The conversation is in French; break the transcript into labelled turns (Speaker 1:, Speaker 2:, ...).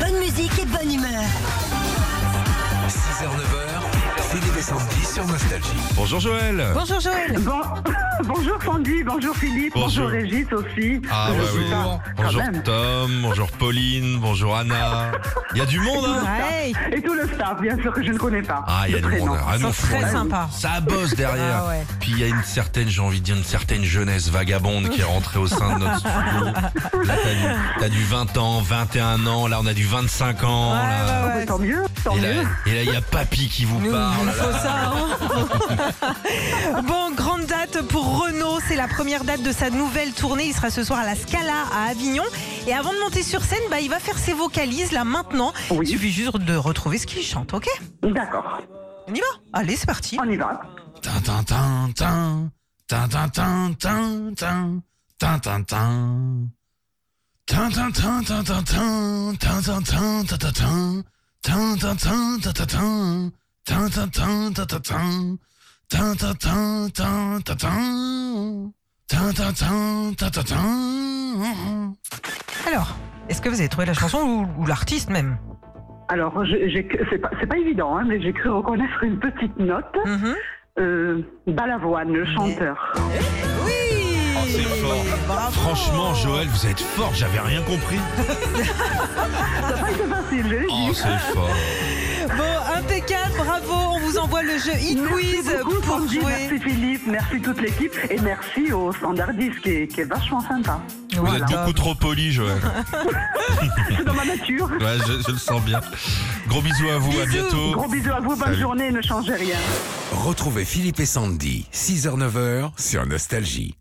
Speaker 1: Bonne musique et bonne humeur.
Speaker 2: 6h, 9h, Philippe et Sandy sur Nostalgie.
Speaker 3: Bonjour Joël
Speaker 4: Bonjour Joël.
Speaker 5: Bon, bonjour Sandy, bonjour Philippe,
Speaker 3: Bonjour.
Speaker 5: bonjour, Régis aussi.
Speaker 3: Ah ouais, oui.
Speaker 5: Ah, quand
Speaker 3: Bonjour
Speaker 5: même.
Speaker 3: Tom, bonjour Pauline, bonjour Anna. Il y a du monde hein
Speaker 4: Ouais,
Speaker 5: Et tout le staff, bien sûr, que je ne connais pas.
Speaker 3: Ah, il y a
Speaker 5: Le
Speaker 3: du monde.
Speaker 5: prénom.
Speaker 3: Ah,
Speaker 4: ils
Speaker 3: non,
Speaker 4: sont très
Speaker 3: franchement,
Speaker 4: sympas.
Speaker 3: Ça bosse derrière.
Speaker 4: Ah ouais.
Speaker 3: Puis il y a une certaine, j'ai envie de dire, une certaine jeunesse vagabonde qui est rentrée au sein de notre studio. Là, t'as du, t'as du 20 ans, 21 ans. Là, on a du 25 ans.
Speaker 4: Ouais,
Speaker 3: là.
Speaker 4: ouais, ouais.
Speaker 5: Bah, tant mieux, tant
Speaker 3: Et là,
Speaker 5: mieux.
Speaker 3: et là, il y a papy qui vous
Speaker 4: Nous,
Speaker 3: parle.
Speaker 4: il faut ça. hein. bon, grande date pour Renaud. C'est la première date de sa nouvelle tournée. Il sera ce soir à la Scala à Avignon. Et avant de monter sur scène, bah, il va faire ses vocalises là maintenant.
Speaker 5: Oui.
Speaker 4: Il suffit juste de retrouver ce qu'il chante, ok
Speaker 5: D'accord,
Speaker 4: On y va Allez, c'est parti.
Speaker 5: on y va.
Speaker 6: Tin, tin, tin, tin. Tin, tin, tin, tin, tin. Tin, tin, tin. Tin, tin, tin, tin, tin, tin. Tin, tin, tin, tin, tin, tin. Tin, tin, tin, tin, tin, tin. Tin, tin, tin, tin, tin, tin. Tin, tin, tin, tin, tin, tin. Tin, tin, tin, tin, tin, tin.
Speaker 4: Alors, est-ce que vous avez trouvé la chanson ou, ou l'artiste même
Speaker 5: Alors, je- j'ai- c'est pas, c'est pas évident, hein, mais j'ai cru reconnaître une petite note.
Speaker 4: Mhm.
Speaker 5: Euh, Balavoine, le chanteur.
Speaker 4: Oui
Speaker 3: Oh, c'est fort. Franchement, Joël, vous êtes fort. J'avais rien compris.
Speaker 5: Ça n'a pas été facile, je l'ai
Speaker 3: Oh,
Speaker 5: dit.
Speaker 3: c'est fort.
Speaker 4: Bon, impeccable, bravo. On vous envoie le jeu
Speaker 5: Merci
Speaker 4: e-quiz
Speaker 5: beaucoup,
Speaker 4: pour
Speaker 5: Sandy,
Speaker 4: jouer.
Speaker 5: merci Philippe, merci toute l'équipe et merci au standardiste qui est, qui est vachement sympa.
Speaker 3: Vous
Speaker 4: Voilà.
Speaker 3: êtes beaucoup trop poli, Joël.
Speaker 5: C'est dans ma nature.
Speaker 3: Ouais, je, je le sens bien. Gros bisous à vous, à
Speaker 4: Bisous.
Speaker 3: bientôt.
Speaker 5: Gros bisous à vous, bonne
Speaker 3: Oh. Salut.
Speaker 5: journée, ne changez rien.
Speaker 2: Retrouvez Philippe et Sandy, 6h, 9h sur Nostalgie.